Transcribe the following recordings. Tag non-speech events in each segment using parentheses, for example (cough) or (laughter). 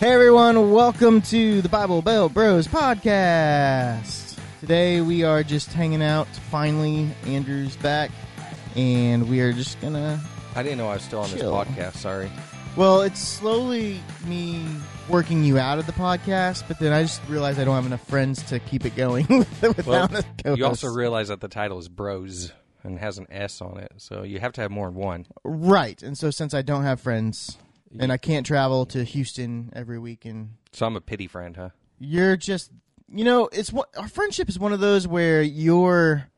Hey everyone, welcome to the Bible Belt Bros podcast. Today we are just hanging out. Finally, Andrew's back, and we are just gonna. I didn't know I was still on Chill. this podcast. Sorry. Well, it's slowly me working you out of the podcast, but then I just realized I don't have enough friends to keep it going (laughs) without Well, a you co-host. also realize that the title is Bros and has an S on it, so you have to have more than one. right, and so since I don't have friends and I can't travel to Houston every week and So I'm a pity friend, huh? you're just you know it's what our friendship is one of those where you're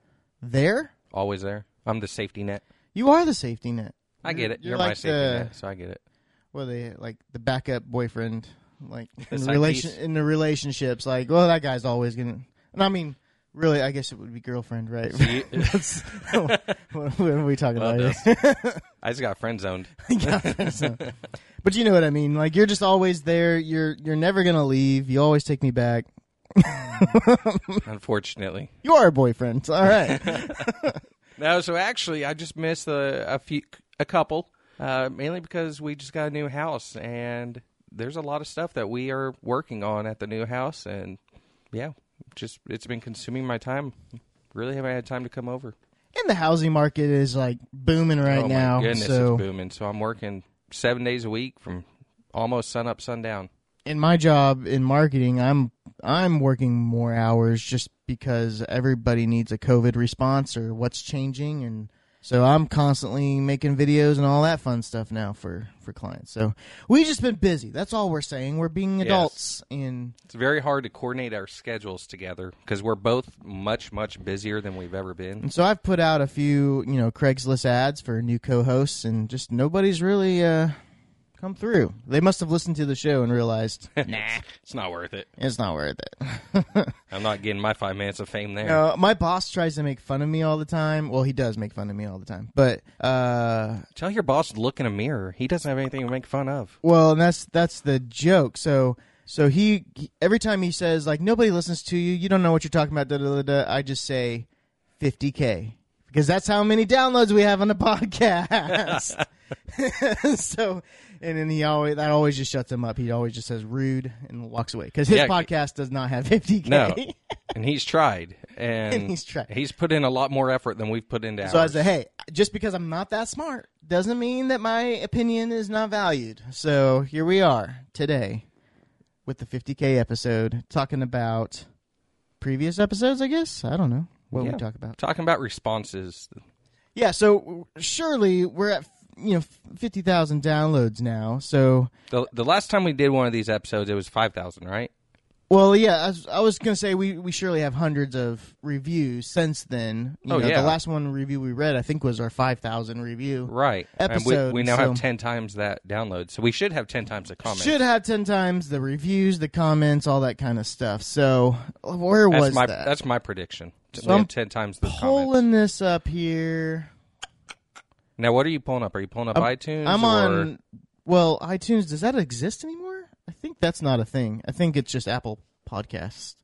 there Always there. I'm the safety net. you are the safety net I get it. you're You're, my like safety the- net, so I get it. (laughs) well they like the backup boyfriend like in It's the like relation these- in the relationships like well that guy's always gonna and i mean really i guess it would be girlfriend right you- That's- (laughs) what, what are we talking Well about here? (laughs) done. I just got friend zoned. Yeah, so- but you know what i mean like you're just always there you're you're never gonna leave you always take me back Unfortunately. you are a boyfriend all (laughs) right No, so actually, I just missed a, a few, a couple, uh, mainly because we just got a new house, and there's a lot of stuff that we are working on at the new house, and yeah, just it's been consuming my time. Really haven't had time to come over. and the housing market is like booming right oh now. my goodness, so, it's booming. So I'm working seven days a week from almost sun up, sundown. in my job in marketing, I'm I'm working more hours just because everybody needs a COVID response or what's changing, and so I'm constantly making videos and all that fun stuff now for for clients. So we just been busy. That's all we're saying. We're being adults, and It's very hard to coordinate our schedules together because we're both much, much busier than we've ever been. (laughs) and so I've put out a few you know Craigslist ads for new co-hosts, and just nobody's really. uh Come through. They must have listened to the show and realized (laughs) nah, it's not worth it. it's not worth it. (laughs) I'm not getting my five minutes of fame there. Uh, my boss tries to make fun of me all the time. Well, he does make fun of me all the time. But uh, Tell your boss to look in a mirror. He doesn't have anything to make fun of. well, and that's that's the joke. So so he, he- every time he says like nobody listens to you, you don't know what you're talking about. Da, da, da, da, I just say 50k because that's how many downloads we have on the (laughs) podcast. (laughs) so and then he always that always just shuts him up. He always just says rude and walks away because his Yeah. podcast does not have 50k. No. (laughs) and he's tried. And, And (laughs) he's tried. He's put in a lot more effort than we've put into ours. So I said, hey, just because I'm not that smart doesn't mean that my opinion is not valued. So here we are today with the 50K episode talking about previous episodes, I guess. I don't know what Yeah. we talk about. Talking about responses. Yeah, so surely we're at, you know, 50,000 downloads now. So, The, the last time we did one of these episodes, it was 5,000, right? well, yeah, I was, I was going to say we, we surely have hundreds of reviews since then. You Oh, know, yeah. The last one review we read, I think, was our 5,000 review. Right. And Episode, we, we now have so- 10 times that download. So we should have 10 times the comments. Should have ten times the reviews, the comments, all that kind of stuff. So where that's was my, that? That's my prediction. So we I'm have 10 times the comments. pulling this up here. Now, what are you pulling up? Are you pulling up iTunes? I'm or- on. Well, iTunes. Does that exist anymore? I think that's not a thing. I think it's just Apple Podcasts,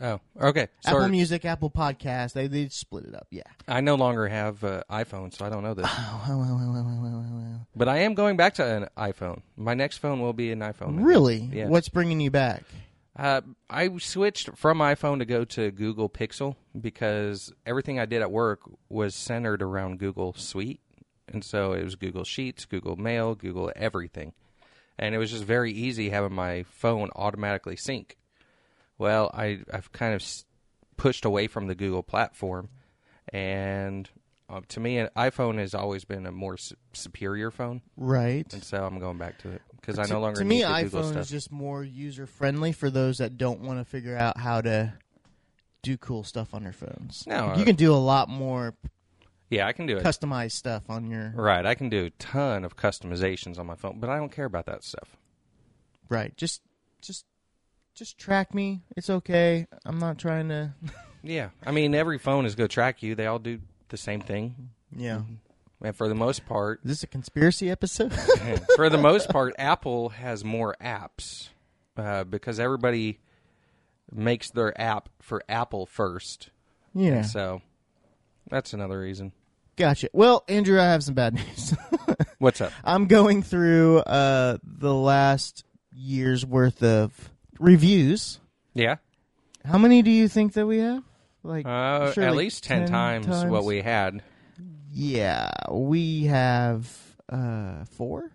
Oh, okay. Apple Sorry. Music, Apple Podcasts. They they split it up. Yeah. I no longer have uh, iPhone, so I don't (sighs) know this. Oh, oh, oh, oh, oh, oh, oh, oh. But I am going back to an iPhone. My next phone will be an iPhone. I think. Really? Yeah. What's bringing you back? Uh, I switched from iPhone to go to Google Pixel because everything I did at work was centered around Google Suite, and so it was Google Sheets, Google Mail, Google everything, and it was just very easy having my phone automatically sync. Well, I I've kind of s- pushed away from the Google platform, and uh, to me, an iPhone has always been a more su- superior phone. Right. And so I'm going back to it because I To- no longer to need me the Google iphone stuff. is just more user friendly for those that don't want to figure out how to do cool stuff on their phones No, Like, uh, you can do a lot more yeah, I can do it. customized stuff on your Right, I can do a ton of customizations on my phone, but I don't care about that stuff. right just just just track me it's okay i'm not trying to (laughs) Yeah, I mean every phone is going to track you. They all do the same thing, yeah Mm-hmm. and for the most part, (laughs) is this a conspiracy (laughs) episode for the most part, Apple has more apps uh, because everybody makes their app for Apple first. (laughs) yeah So that's another reason. gotcha well andrew i have some bad news (laughs) What's up? i'm going through uh the last years worth of reviews. Yeah. How many do you think that we have? Like Uh, sure, at like least 10, times, what we had. Yeah, we have uh four.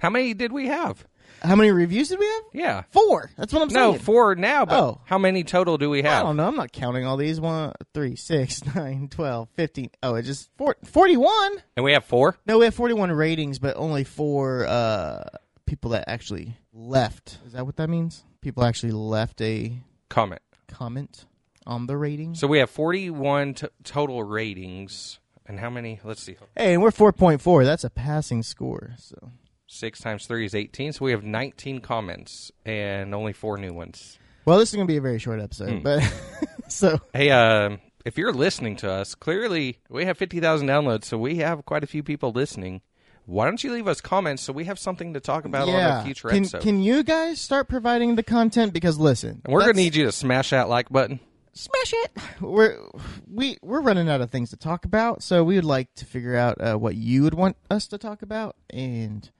How many did we have? How many reviews did we have? Yeah. Four. That's what I'm No, saying. four now, but Oh. how many total do we I have? don't know. I'm not counting all these. One, three, six, (laughs) nine, twelve, fifteen. Oh, it just four, 41. And we have four? No, we have 41 ratings, but only four uh, people that actually left. Is that what that means? People actually left a Comment. comment on the rating. So we have 41 t- total ratings. And how many? Let's see. Hey, and we're 4.4. That's a passing score. So Six times three is 18. So we have 19 comments and only four new ones. Well, this is going to be a very short Hmm. episode, but (laughs) so Hey, uh, if you're listening to us, clearly we have 50,000 downloads, so we have quite a few people listening. Why don't you leave us comments so we have something to talk about on yeah. a future can, episode? can you guys start providing the content because listen, and we're that's- going to need you to smash that like button. smash it. We're we we're running out of things to talk about, so we would like to figure out uh, what you would want us to talk about, and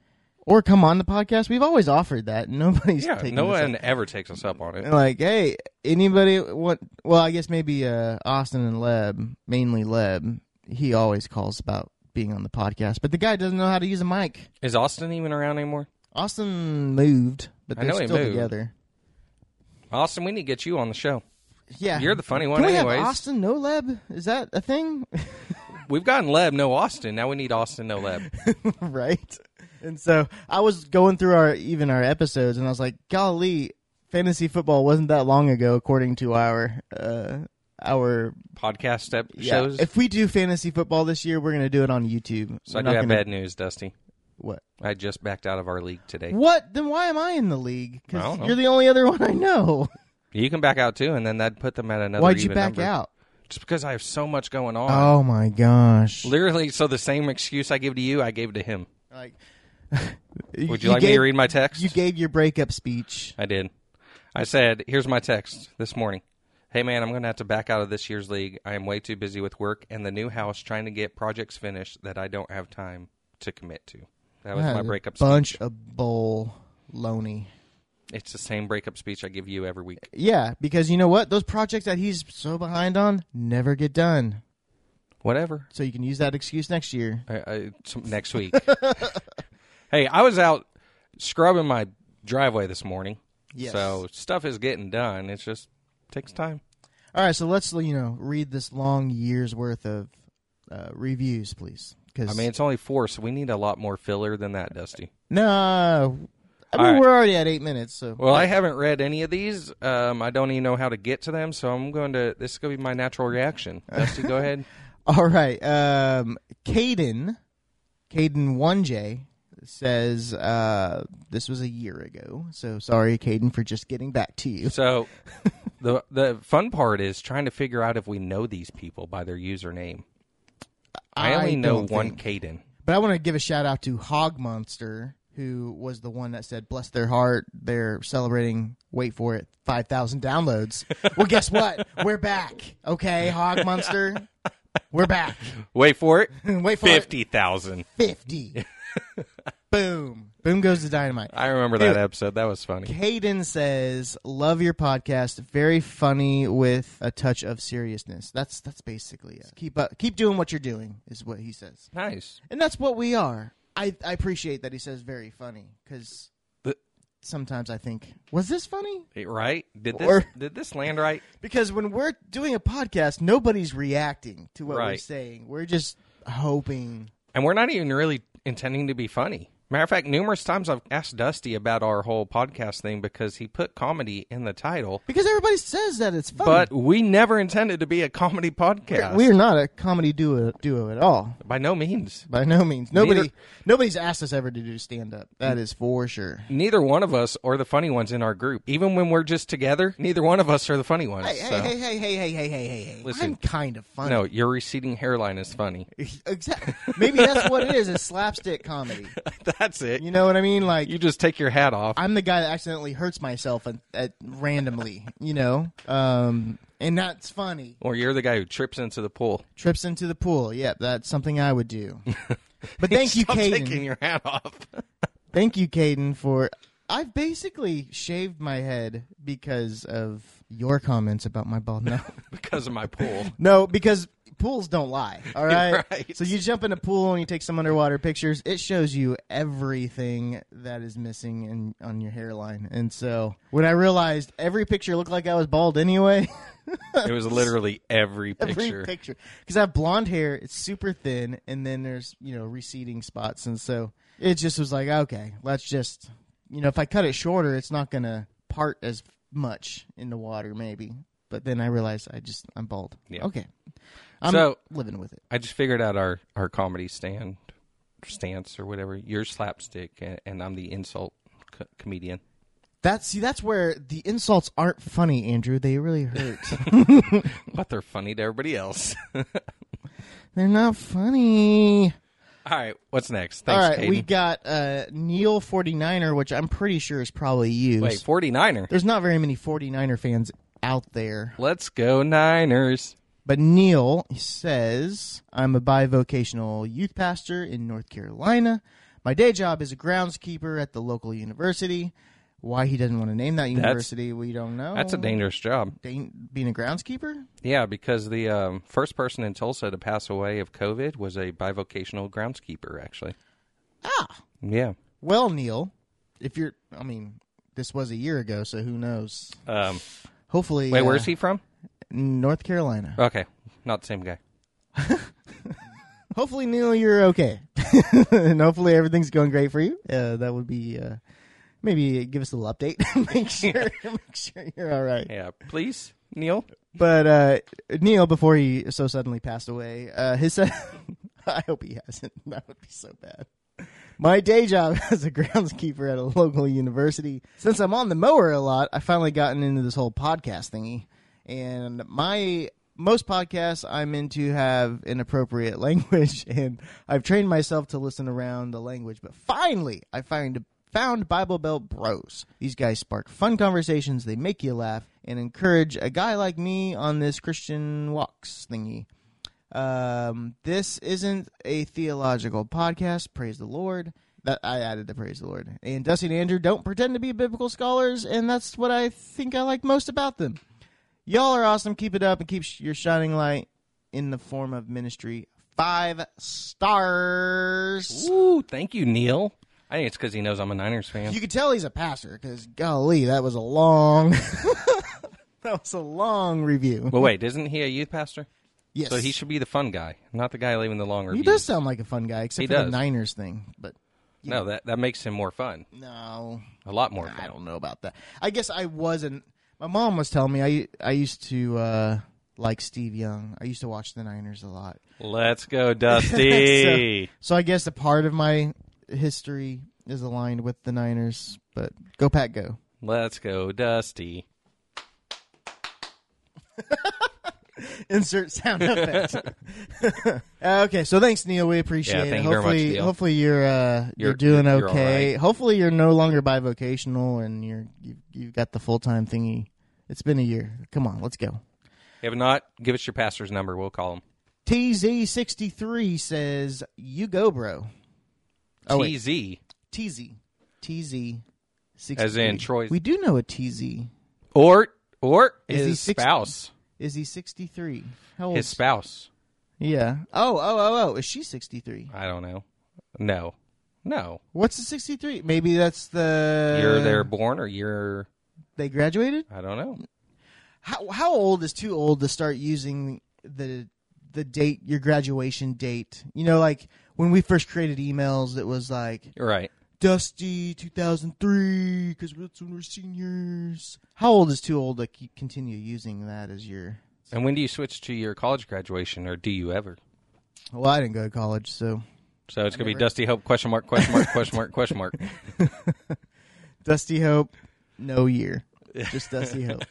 or come on the podcast. We've always offered that. (laughs) Nobody's Yeah, taking no this up. one ever takes us up on it. And like, hey, anybody want? Well, I guess maybe uh, Austin and Leb, mainly Leb. He always calls about being on the podcast, but the guy doesn't know how to use a mic. Is Austin even around anymore? Austin moved, but I they're know he still moved. together. Austin, we need to get you on the show. Yeah, You're the funny Can one, we anyways. Have Austin no Leb? Is that a thing? (laughs) We've gotten Leb, no Austin. Now we need Austin, no Leb. right? And so I was going through our even our episodes, and I was like, "Golly, fantasy football wasn't that long ago, according to our uh, our Podcast step yeah. shows. If we do fantasy football this year, we're going to do it on YouTube. so We're I do not have gonna- bad news, Dusty. What? I just backed out of our league today. What? Then why am I in the league? I don't know. Because you're the only other one I know. You can back out too, and then that'd put them at another. Why'd you even back number. out? Just because I have so much going on. Oh my gosh! Literally, so the same excuse I give to you, I gave to him. Like, (laughs) Would you, like me to read my text? You gave your breakup speech. I did. I said, here's my text this morning. Hey, man, I'm going to have to back out of this year's league. I am way too busy with work and the new house trying to get projects finished that I don't have time to commit to. That was That my is a breakup Bunch speech. of bull loney. It's the same breakup speech I give you every week. Yeah, because you know what? Those projects that he's so behind on never get done. Whatever. So you can use that excuse next year. I, I, some, next week. (laughs) hey, I was out scrubbing my driveway this morning. Yes. So stuff is getting done. It's just takes time. All right, so let's you know read this long year's worth of uh, reviews, please. Because I mean, it's only four, so we need a lot more filler than that, Dusty. no, I mean All right. we're already at eight minutes. So Well, I haven't read any of these. Um, I don't even know how to get to them, so I'm going to. This is going to be my (laughs) natural reaction. Dusty, go ahead. all right, um, Caden, Caden one J says uh, this was a year ago. So sorry, Caden, for just getting back to you. So, the the fun part is trying to figure out if we know these people by their username. I only know don't one think- Caden. But I want to give a shout out to Hog Monster, who was the one that said, "Bless their heart, they're celebrating. Wait for it, five thousand downloads." well, guess what? We're back. Okay, Hog Monster, we're back. Wait (laughs) for it. Wait for it, Fifty thousand. fifty. Boom, boom goes the dynamite. I remember that episode. That was funny. Caden says, "Love your podcast. Very funny with a touch of seriousness." That's that's basically it. Keep up, keep doing what you're doing is what he says. Nice. and that's what we are. I, I appreciate that he says very funny because The- sometimes I think was this funny? It- Right? Did this Or- did this land right? Because when we're doing a podcast, nobody's reacting to what we're Right. saying. We're just hoping. And we're not even really intending to be funny. Matter of fact, numerous times I've asked Dusty about our whole podcast thing because he put comedy in the title, Because everybody says that it's funny, but we never intended to be a comedy podcast. we are not a comedy duo duo at all. By no means. By no means. Nobody Neither- nobody's asked us ever to do stand up. That is for sure. Neither one of us are the funny ones in our group. Even when we're just together, neither one of us are the funny ones. Hey, hey, so. hey, hey, hey, hey, hey, hey, hey, hey. Listen. I'm kind of funny. (laughs) No, your receding hairline is (laughs) funny. Exactly. Maybe that's what it is, is slapstick comedy. That's it. You know what I mean? Like You just take your hat off. I'm the guy that accidentally hurts myself at, at randomly, you know, um, and that's funny. Or you're the guy who trips into the pool. Trips into (laughs) the pool. Yep, that's something I would do. But thank you, Stop taking Caden. your hat off. (laughs) Thank you, Caden, for. I've basically shaved my head because of your comments about my bald nose. because of my pool. No, because pools don't lie. (laughs) All right? Right. So you jump in a pool and you take some underwater pictures. It shows you everything that is missing in on your hairline. And so when I realized every picture looked like I was bald anyway, (laughs) It was literally every picture. every picture because I have blonde hair, it's super thin, and then there's you know receding spots, and so it just was like okay, let's just you know if I cut it shorter, it's not gonna part as much in the water maybe. But then I realized I just I'm bald. Yeah. Okay. I'm So- living with it. I just figured out our, our comedy stand stance or whatever. You're slapstick, and, and I'm the insult co- comedian. That's see, that's where the insults aren't funny, Andrew. They really (laughs) hurt. But they're funny to everybody else. (laughs) All They're not funny. right, what's next? All Thanks, right, we Caden. got uh, Neil 49er, which I'm pretty sure is probably you. Wait, 49er. There's not very many 49er fans out there. Let's go Niners. But Neil says, I'm a bivocational youth pastor in North Carolina. My day job is a groundskeeper at the local university. Why he doesn't want to name that university, we don't know. That's a dangerous job. Dan- being a groundskeeper? Yeah, because the um, first person in Tulsa to pass away of COVID was a bivocational groundskeeper, actually. Ah. Yeah. Well, Neil, if you're, I mean, this was a year ago, so who knows? Um, Hopefully. wait, uh, where's he from? North Carolina. Okay, not the same guy. Hopefully, Neil, you're okay, (laughs) and hopefully everything's going great for you. Uh, that would be uh, maybe give us a little update. (laughs) make sure, make sure you're all right. Yeah, please, Neil. But uh, Neil, before he so suddenly passed away, uh, his (laughs) son, I hope he hasn't. That would be so bad. My day job (laughs) as a groundskeeper at a local university. Since I'm on the mower a lot, I finally gotten into this whole podcast thingy. And my most podcasts I'm into have inappropriate (laughs) language, and I've trained myself to listen around the language. But finally, I find found Bible Belt Bros. These guys spark fun conversations, they make you laugh, and encourage a guy like me on this Christian walks thingy. Um, this isn't a theological podcast. Praise the Lord. That I added the praise the Lord. And Dusty and Andrew don't pretend to be biblical scholars, and that's what I think I like most about them. Y'all are awesome. Keep it up and keep sh- your shining light in the form of ministry. Five stars. Ooh, thank you, Neil. I think it's because he knows I'm a Niners fan. You could tell he's a pastor because golly, that was a long, (laughs) that was a long review. But wait, isn't he a youth pastor? yes, So he should be the fun guy, not the guy leaving the long he review. does sound like a fun guy, except He for the does. Niners thing. But No, that, that makes him more fun. no, A lot more I fun. don't know about that. I guess I wasn't. My mom was telling me I I used to uh, like Steve Young. I used to watch the Niners a lot. Let's (laughs) go, Dusty. So I guess a part of my history is aligned with the Niners. But go Pat, go. (laughs) Let's go, Dusty. insert sound effect. (laughs) okay, so thanks, Neil. We appreciate Yeah, it. thank you very much, hopefully, Neil. hopefully you're, uh, you're You're- doing you're- you're all okay. Hopefully you're no longer bivocational and you're you you've got the full time thingy. It's been a year. Come on, let's go. If not, give us your pastor's number. We'll call him. TZ sixty three says you go, bro. Oh, wait. TZ, TZ TZ. 63. as in Troy's. We do know a TZ. Or or Is he his 60? spouse. Is he sixty three? How old? His spouse. yeah. Oh, oh, oh, oh. Is she sixty three? I don't know. No. No. What's the sixty three? Maybe that's the you're there born or you're They graduated. I don't know. How how old is too old to start using the the date your graduation date? You know, like when we first created emails, it was like You're right. Dusty two thousand three because that's when we're seniors. How old is too old to keep, continue using that as your? And when do you switch to your college graduation or do you ever? Well, I didn't go to college, so So it's gonna be Never. Dusty Hope question mark question mark question mark question (laughs) mark. Dusty Hope, no (laughs) year. Just Dusty (laughs) Hope.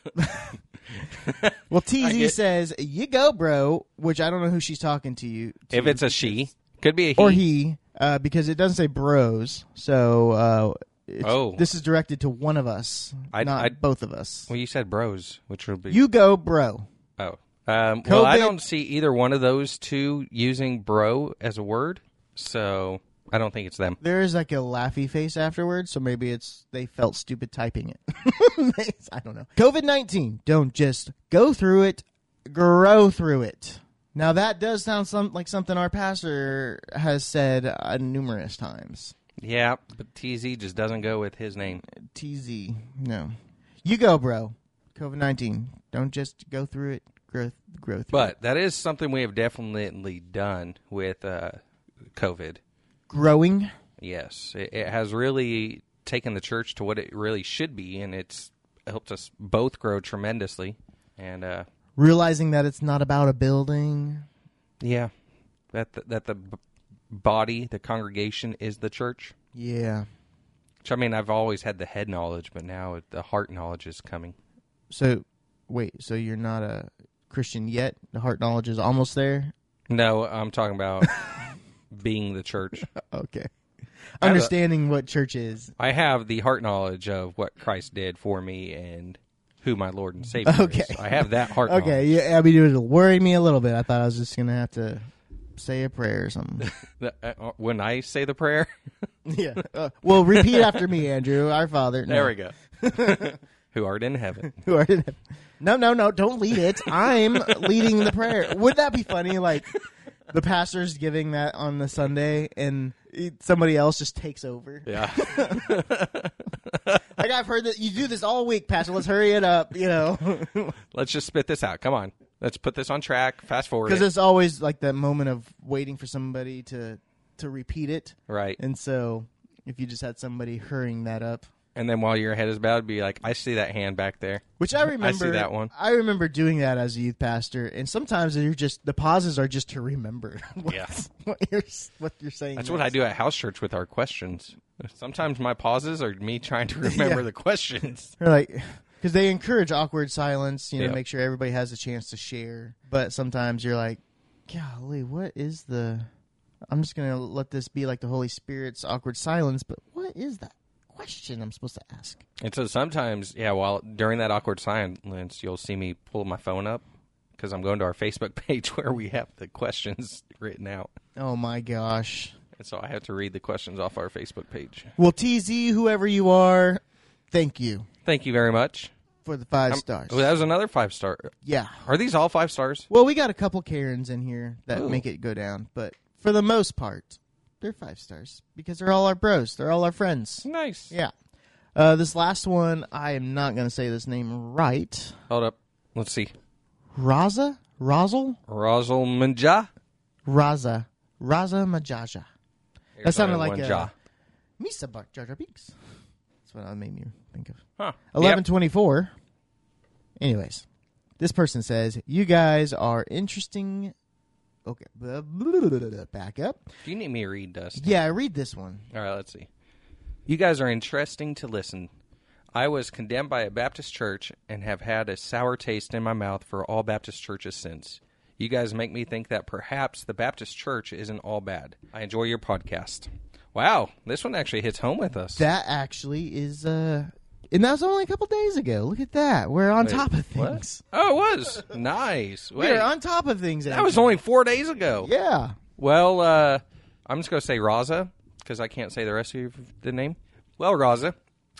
well, TZ get- says, you go, bro, which I don't know who she's talking to you. to. If it's a she, could be a he. or he, uh, because it doesn't say bros. So uh, it's, Oh. this is directed to one of us, I- not I- both of us. Well, you said bros, which would be You go, bro. oh. Um, well, I COVID- don't see either one of those two using bro as a word. So I don't think it's them. There is like a laughy face afterwards, so maybe it's they felt stupid typing it. (laughs) I don't know. COVID 19. Don't just go through it, grow through it. Now, that does sound some, like something our pastor has said uh, numerous times. Yeah, but TZ just doesn't go with his name. TZ. No. You go, bro. COVID 19. Don't just go through it, grow, grow through it. But that is something we have definitely done with uh, COVID. Growing. Yes, it, it has really taken the church to what it really should be, and it's helped us both grow tremendously. And uh, realizing that it's not about a building. yeah, that the, that the b- body, the congregation, is the church. Yeah. Which I mean, I've always had the head knowledge, but now it- the heart knowledge is coming. So, wait, so you're not a Christian yet? The heart knowledge is almost there? (laughs) No, I'm talking about being the church. Okay. I have a- Understanding what church is. I have the heart knowledge of what Christ did for me and who my Lord and Savior Okay. is. I have that (laughs) heart Okay, knowledge. yeah, I mean, it worried me a little bit. I thought I was just going to have to say a prayer or (laughs) something. The- uh, uh, When I say the prayer, yeah. (laughs) Uh, well, repeat after me, Andrew, our father. there we go. (laughs) who art in heaven. (laughs) Who are in- No, no, no, don't lead it. I'm leading the prayer. Would that be funny? Like, the pastor's giving that on the Sunday, and it- somebody else just takes over. (laughs) Yeah. Like, I've heard that you do this all week, Pastor. Let's hurry it up, you (laughs) know? (laughs) Let's just spit this out. Come on. Let's put this on track. Fast forward. Because it. it's always like that moment of waiting for somebody to to repeat it. right. And so, if you just had somebody hurrying that up, And then while your head is bowed, be like, I see that hand back there. Which I remember. that one. I remember doing that as a youth pastor, and sometimes you're just the pauses are just to remember. (laughs) What, Yeah. what you're what you're saying. That's what I do at house church with our questions. Sometimes my pauses are me trying (laughs) to remember the questions. They're like because they encourage awkward silence. You know, Yeah. make sure everybody has a chance to share. But sometimes you're like, golly, what is the? I'm just gonna let this be like the Holy Spirit's awkward silence. But what is that question I'm supposed to ask? And so sometimes, yeah, while during that awkward silence, you'll see me pull my phone up because I'm going to our Facebook (laughs) page where we have the questions written out. Oh my gosh. And so I have to read the questions off our Facebook page. Well, TZ, whoever you are, thank you Thank you very much. for the 5 stars. Oh, that was another five star. yeah. Are these all five stars? Well, we got a couple Karens in here that Ooh. make it go down, but for the most part, they're five stars because they're all our bros. They're all our friends. Nice. Yeah. Uh, this last one, I am not going to say this name right. Hold up. Let's see. Raza? Razel? Rosal Manja. Raza. Raza Majaja. That sounded like uh, one a- Ja. Misa Buck Jar Jar Binks. That's what that made me think of. Huh. Eleven Yep. twenty four. Anyways, this person says you guys are interesting. Okay, back up. Do you need me to read, Dust? Yeah, read this one. All right, let's see. You guys are interesting to listen. I was condemned by a Baptist church and have had a sour taste in my mouth for all Baptist churches since. You guys make me think that perhaps the Baptist church isn't all bad. I enjoy your podcast. Wow, this one actually hits home with us. That actually is, uh, and that was only a couple days ago. Look at that. We're on top of What? things. Oh, it was. (laughs) nice. Wait, We're on top of things. that was only four days ago. yeah. Well, uh, I'm just going to say Raza because I can't say the rest of your- the name. Well, Raza,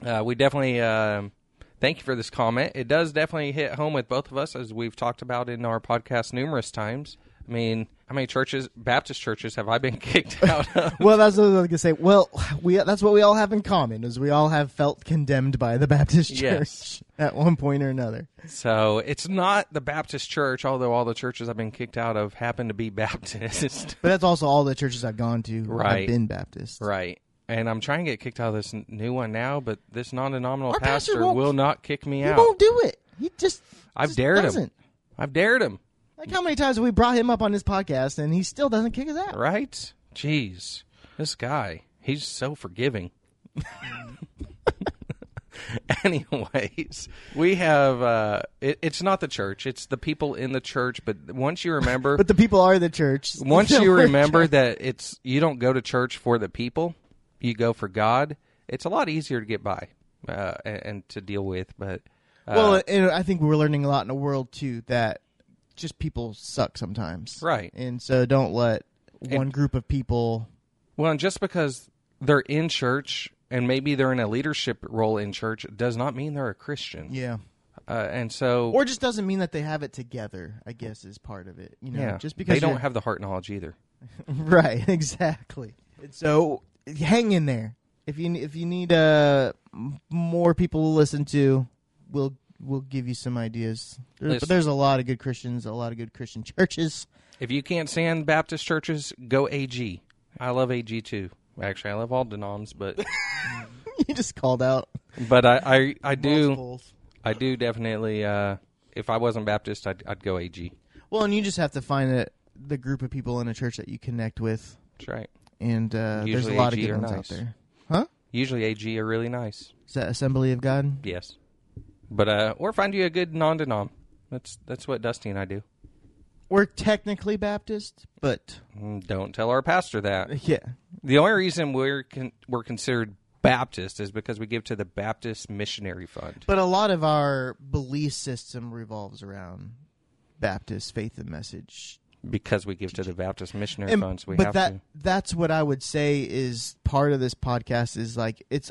uh, we definitely um thank you for this comment. It does definitely hit home with both of us, as we've talked about in our podcast numerous times. I mean, how many churches, Baptist churches, have I been (laughs) kicked out (laughs) of? Well, that's what I was gonna say. Well, we that's what we all have in common is we all have felt condemned by the Baptist Church (laughs) Yes. at one point or another. so it's not the Baptist church, although all the churches I've been kicked out of happen to be (laughs) (laughs) Baptist. But that's also all the churches I've gone to. I've Right. been Baptist. right. And I'm trying to get kicked out of this n- new one now, but this non-denominational Our pastor pastor, won't- will not kick me He out. won't do it. He just I've just dared him. doesn't. I've dared him. Like how many times have we brought him up on this podcast and he still doesn't kick us out? Right? Jeez. This guy, he's so forgiving. (laughs) Anyways, we have uh it, it's not the church, it's the people in the church, but once you (laughs) remember But the people are the church. (laughs) once So you we're- remember that it's you don't go to church for the people, you go for God, it's a lot easier to get by uh and, and to deal with, but uh, Well, and I think we're learning a lot in the world too that just people suck sometimes, Right. And so don't let one group of people Well, and just because they're in church and maybe they're in a leadership role in church does not mean they're a Christian. Yeah. Uh, and so, Or just doesn't mean that they have it together, I guess is part of it. You know, yeah, just because they you're- don't have the heart knowledge either. (laughs) Right, exactly. And So hang in there. If you if you need uh m- more people to listen to, we'll we'll give you some ideas. There- Listen. but there's a lot of good Christians, a lot of good Christian (laughs) churches. If you can't stand Baptist churches, go AG. I love AG too. Actually, I love all denoms, (laughs) but you just called out. but I I, I do multiples. I do definitely. Uh, if I wasn't Baptist, I'd, I'd go AG. Well, and you just have to find a, the group of people in a church that you connect with, That's right. and uh, there's a Usually lot of AG good are ones out nice. there. Huh? Usually AG are really nice. Is that Assembly of God? Yes, but uh, or find you a good non-denom. That's that's what Dusty and I do. We're technically Baptist, but Mm, Don't tell our (laughs) pastor that. yeah, The only reason we're con- we're considered Baptist is because we give to the Baptist Missionary Fund. But a lot of our belief system revolves around Baptist faith and message. Because we give to the Baptist Missionary And- Funds, we but have that to. that's what I would say is part of this podcast is like it's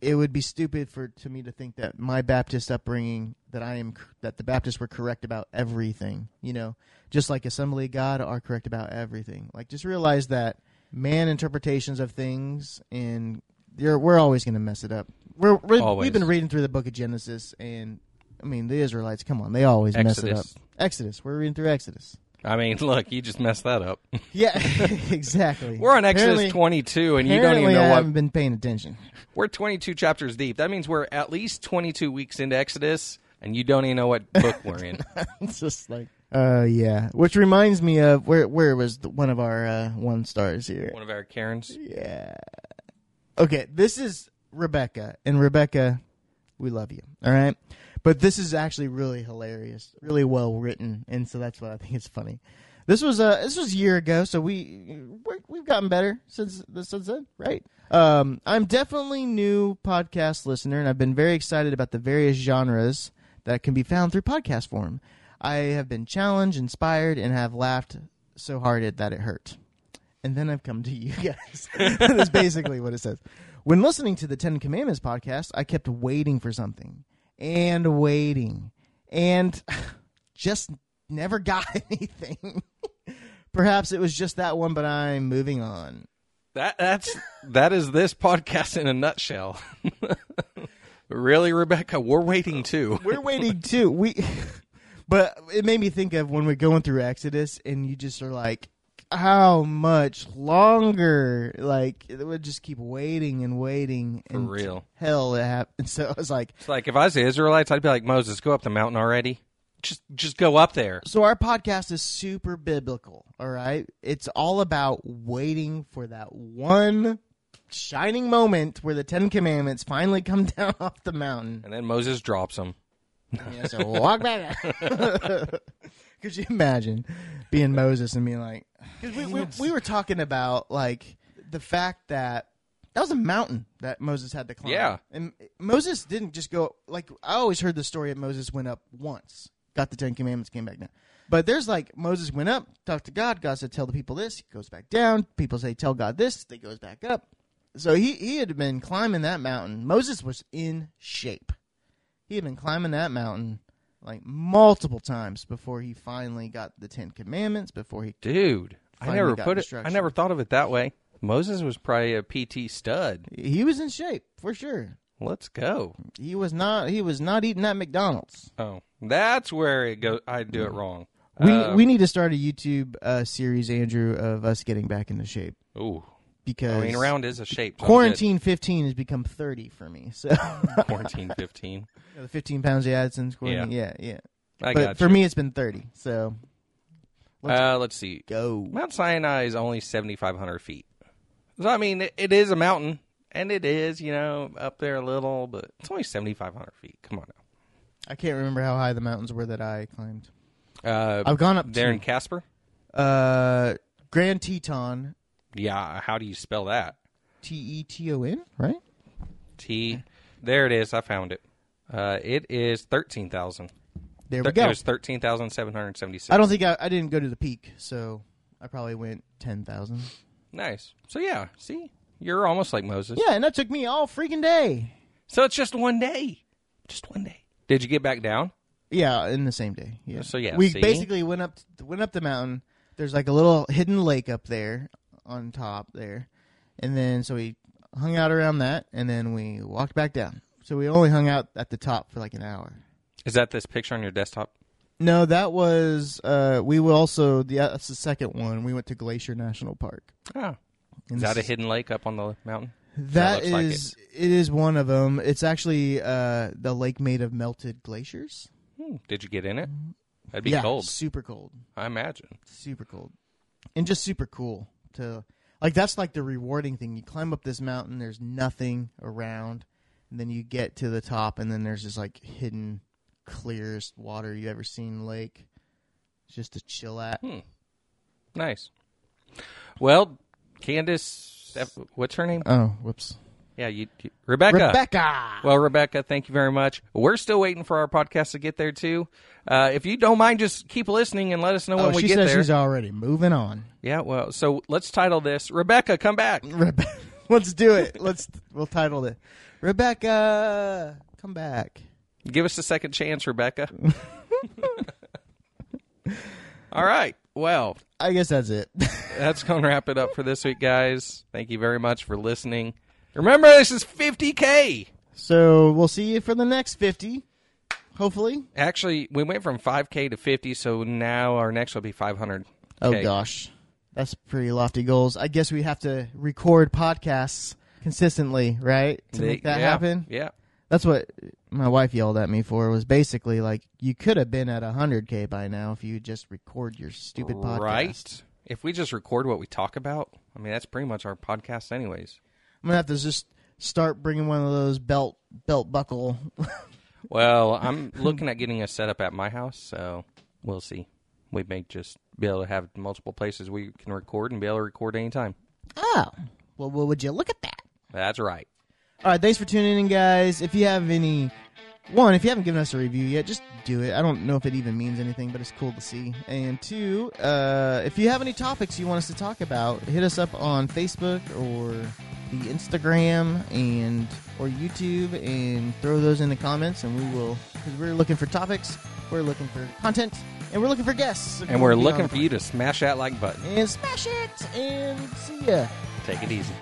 it would be stupid for to me to think that my Baptist upbringing that I am c- that the Baptists were correct about everything, you know, just like Assembly of God are correct about everything. Like just realize that man interpretations of things and you're, we're always going to mess it up. We're, we're Always. we've been reading through the book of Genesis and I mean the Israelites, come on, they always mess it up. Exodus. Exodus, we're reading through Exodus. I mean, (laughs) look, you just messed that up. (laughs) Yeah, (laughs) exactly. We're on Exodus Apparently- 22, and you don't even Apparently um, I know haven't what. been paying attention. (laughs) We're 22 chapters deep. That means we're at least 22 weeks into Exodus, and you don't even know what book we're in. it's just like, uh, yeah. Which reminds me of where where was the, one of our uh, one stars here? (laughs) One of our Karens. Yeah. Okay, this is Rebecca, and Rebecca, we love you. All right, but this is actually really hilarious, really well written, and so that's what I think is funny. This was uh this was a year ago, so we we're- we've gotten better since since then, right? Um, I'm definitely new podcast listener, and I've been very excited about the various genres that can be found through podcast form. I have been challenged, inspired, and have laughed so hard at that it hurt and then I've come to you (laughs) guys. That's basically what it says. When listening to the Ten Commandments podcast, I kept waiting for something and waiting and (sighs) just never got (laughs) anything. Perhaps it was just that one, but I'm moving on. That that's that is this podcast in a nutshell. (laughs) really, Rebecca, we're waiting too. We're (laughs) waiting too. We, but it made me think of when we're going through Exodus, and you just are like, how much longer? Like, it would just keep waiting and waiting. For and real. Hell, it happened. (laughs) So I was like, It's like if I was the Israelites, I'd be like Moses, go up the mountain already. Just just go up there. So our podcast is super biblical, all right? It's all about waiting for that one shining moment where the 10 commandments finally come (laughs) down off the mountain. And then Moses drops him. And so walk back. (laughs) Could you imagine being Moses and being like 'cause we, we we were talking about like the fact that that was a mountain that Moses had to climb. Yeah. And Moses didn't just go like I always heard the story of Moses went up once, got the Ten Commandments, came back down. But there's like Moses went up, talked to God, God said, Tell the people this, he goes back down, people say, Tell God this, they goes back up. So he, he had been climbing that mountain. Moses was in shape. He had been climbing that mountain like multiple times before he finally got the Ten Commandments, before he Dude, I Finally never got put it I destruction. never thought of it that way. Moses was probably a PT stud. he was in shape for sure. Let's go. He was not he was not eating at McDonald's. Oh, that's where it goes. I do it wrong. We Uh, we need to start a YouTube uh, series, Andrew, of us getting back into shape Ooh, because I mean, round is a shape. so I'm good. quarantine fifteen has become thirty for me. So (laughs) quarantine fifteen. the fifteen pounds you had since quarantine, yeah, yeah. I but got for you. me, it's been thirty. So let's uh, let's see. go. Mount Sinai is only seventy five hundred feet. So I mean, it, it is a mountain, and it is you know up there a little, but it's only seventy five hundred feet. Come on I can't remember how high the mountains were that I climbed. now. Uh, I've gone up there to in Casper. uh, Grand Teton, Yeah, how do you spell that? T E T O N, right? T. There it is. I found it. Uh, it is thirteen thousand. There we It go. was thirteen thousand seven hundred seventy six. I don't think I, I didn't go to the peak, so I probably went ten thousand. Nice. So yeah, see, you're almost like Moses. Yeah, and that took me all freaking day. So it's just one day, just one day. Did you get back down? Yeah, in the same day. Yeah. So, yeah, we see? basically went up went up the mountain. There's like a little hidden lake up there on top there, and then so we hung out around that, and then we walked back down. So we only hung out at the top for like an hour. Is that this picture on your desktop? No, that was uh we were also the that's the second one. We went to Glacier National Park. Oh. And Is that a Ah. this- hidden lake up on the mountain? That looks like is it is one of them. It's actually uh the lake made of melted glaciers. Hmm. Did you get in it? That'd be yeah, cold, super cold. I imagine. super cold and just super cool to like that's like the rewarding thing you climb up this mountain there's nothing around and then you get to the top and then there's this like hidden clearest water you ever seen lake It's just to chill at Hmm. Nice. Well, Candace, F- what's her name? oh whoops Yeah, you, you- Rebecca. rebecca Well, Rebecca, thank you very much. We're still waiting for our podcast to get there too. Uh, if you don't mind, just keep listening and let us know oh when we she get says there. she's already moving on yeah. Well, so let's title this Rebecca, come back. Rebe- (laughs) let's do it let's we'll title it rebecca come back Give us a second (laughs) chance, Rebecca. All right. Well, i guess that's it (laughs) that's going to wrap it up for this week, guys. Thank you very much for listening. Remember, this is 50K. so we'll see you for the next 50 hopefully Actually, we went from 5K to 50, so now our next will be 500. Oh gosh, that's pretty lofty goals. I guess we have to record podcasts consistently, right, to make that yeah, happen. Yeah. That's what my wife yelled at me for. Was basically like, you could have been at hundred k by now if you just record your stupid podcast. Right. If we just record what we talk about, I mean that's pretty much our podcast, anyways. I'm gonna have to just start bringing one of those belt belt buckle. Well, I'm (laughs) looking at getting a setup at my house, so we'll see. We may just be able to have multiple places we can record and be able to record anytime. oh, well, well, would you look at that? That's right. All right, thanks for tuning in, guys. If you have any, one, if you haven't given us a review yet, just do it. I don't know if it even means anything, but it's cool to see. And two, uh, if you have any topics you want us to talk about, hit us up on Facebook or the Instagram and or YouTube, and throw those in the comments, and we will. Because we're looking for topics, we're looking for content, and we're looking for guests. And we're looking for you to smash that like button. And smash it, and see ya. Take it easy.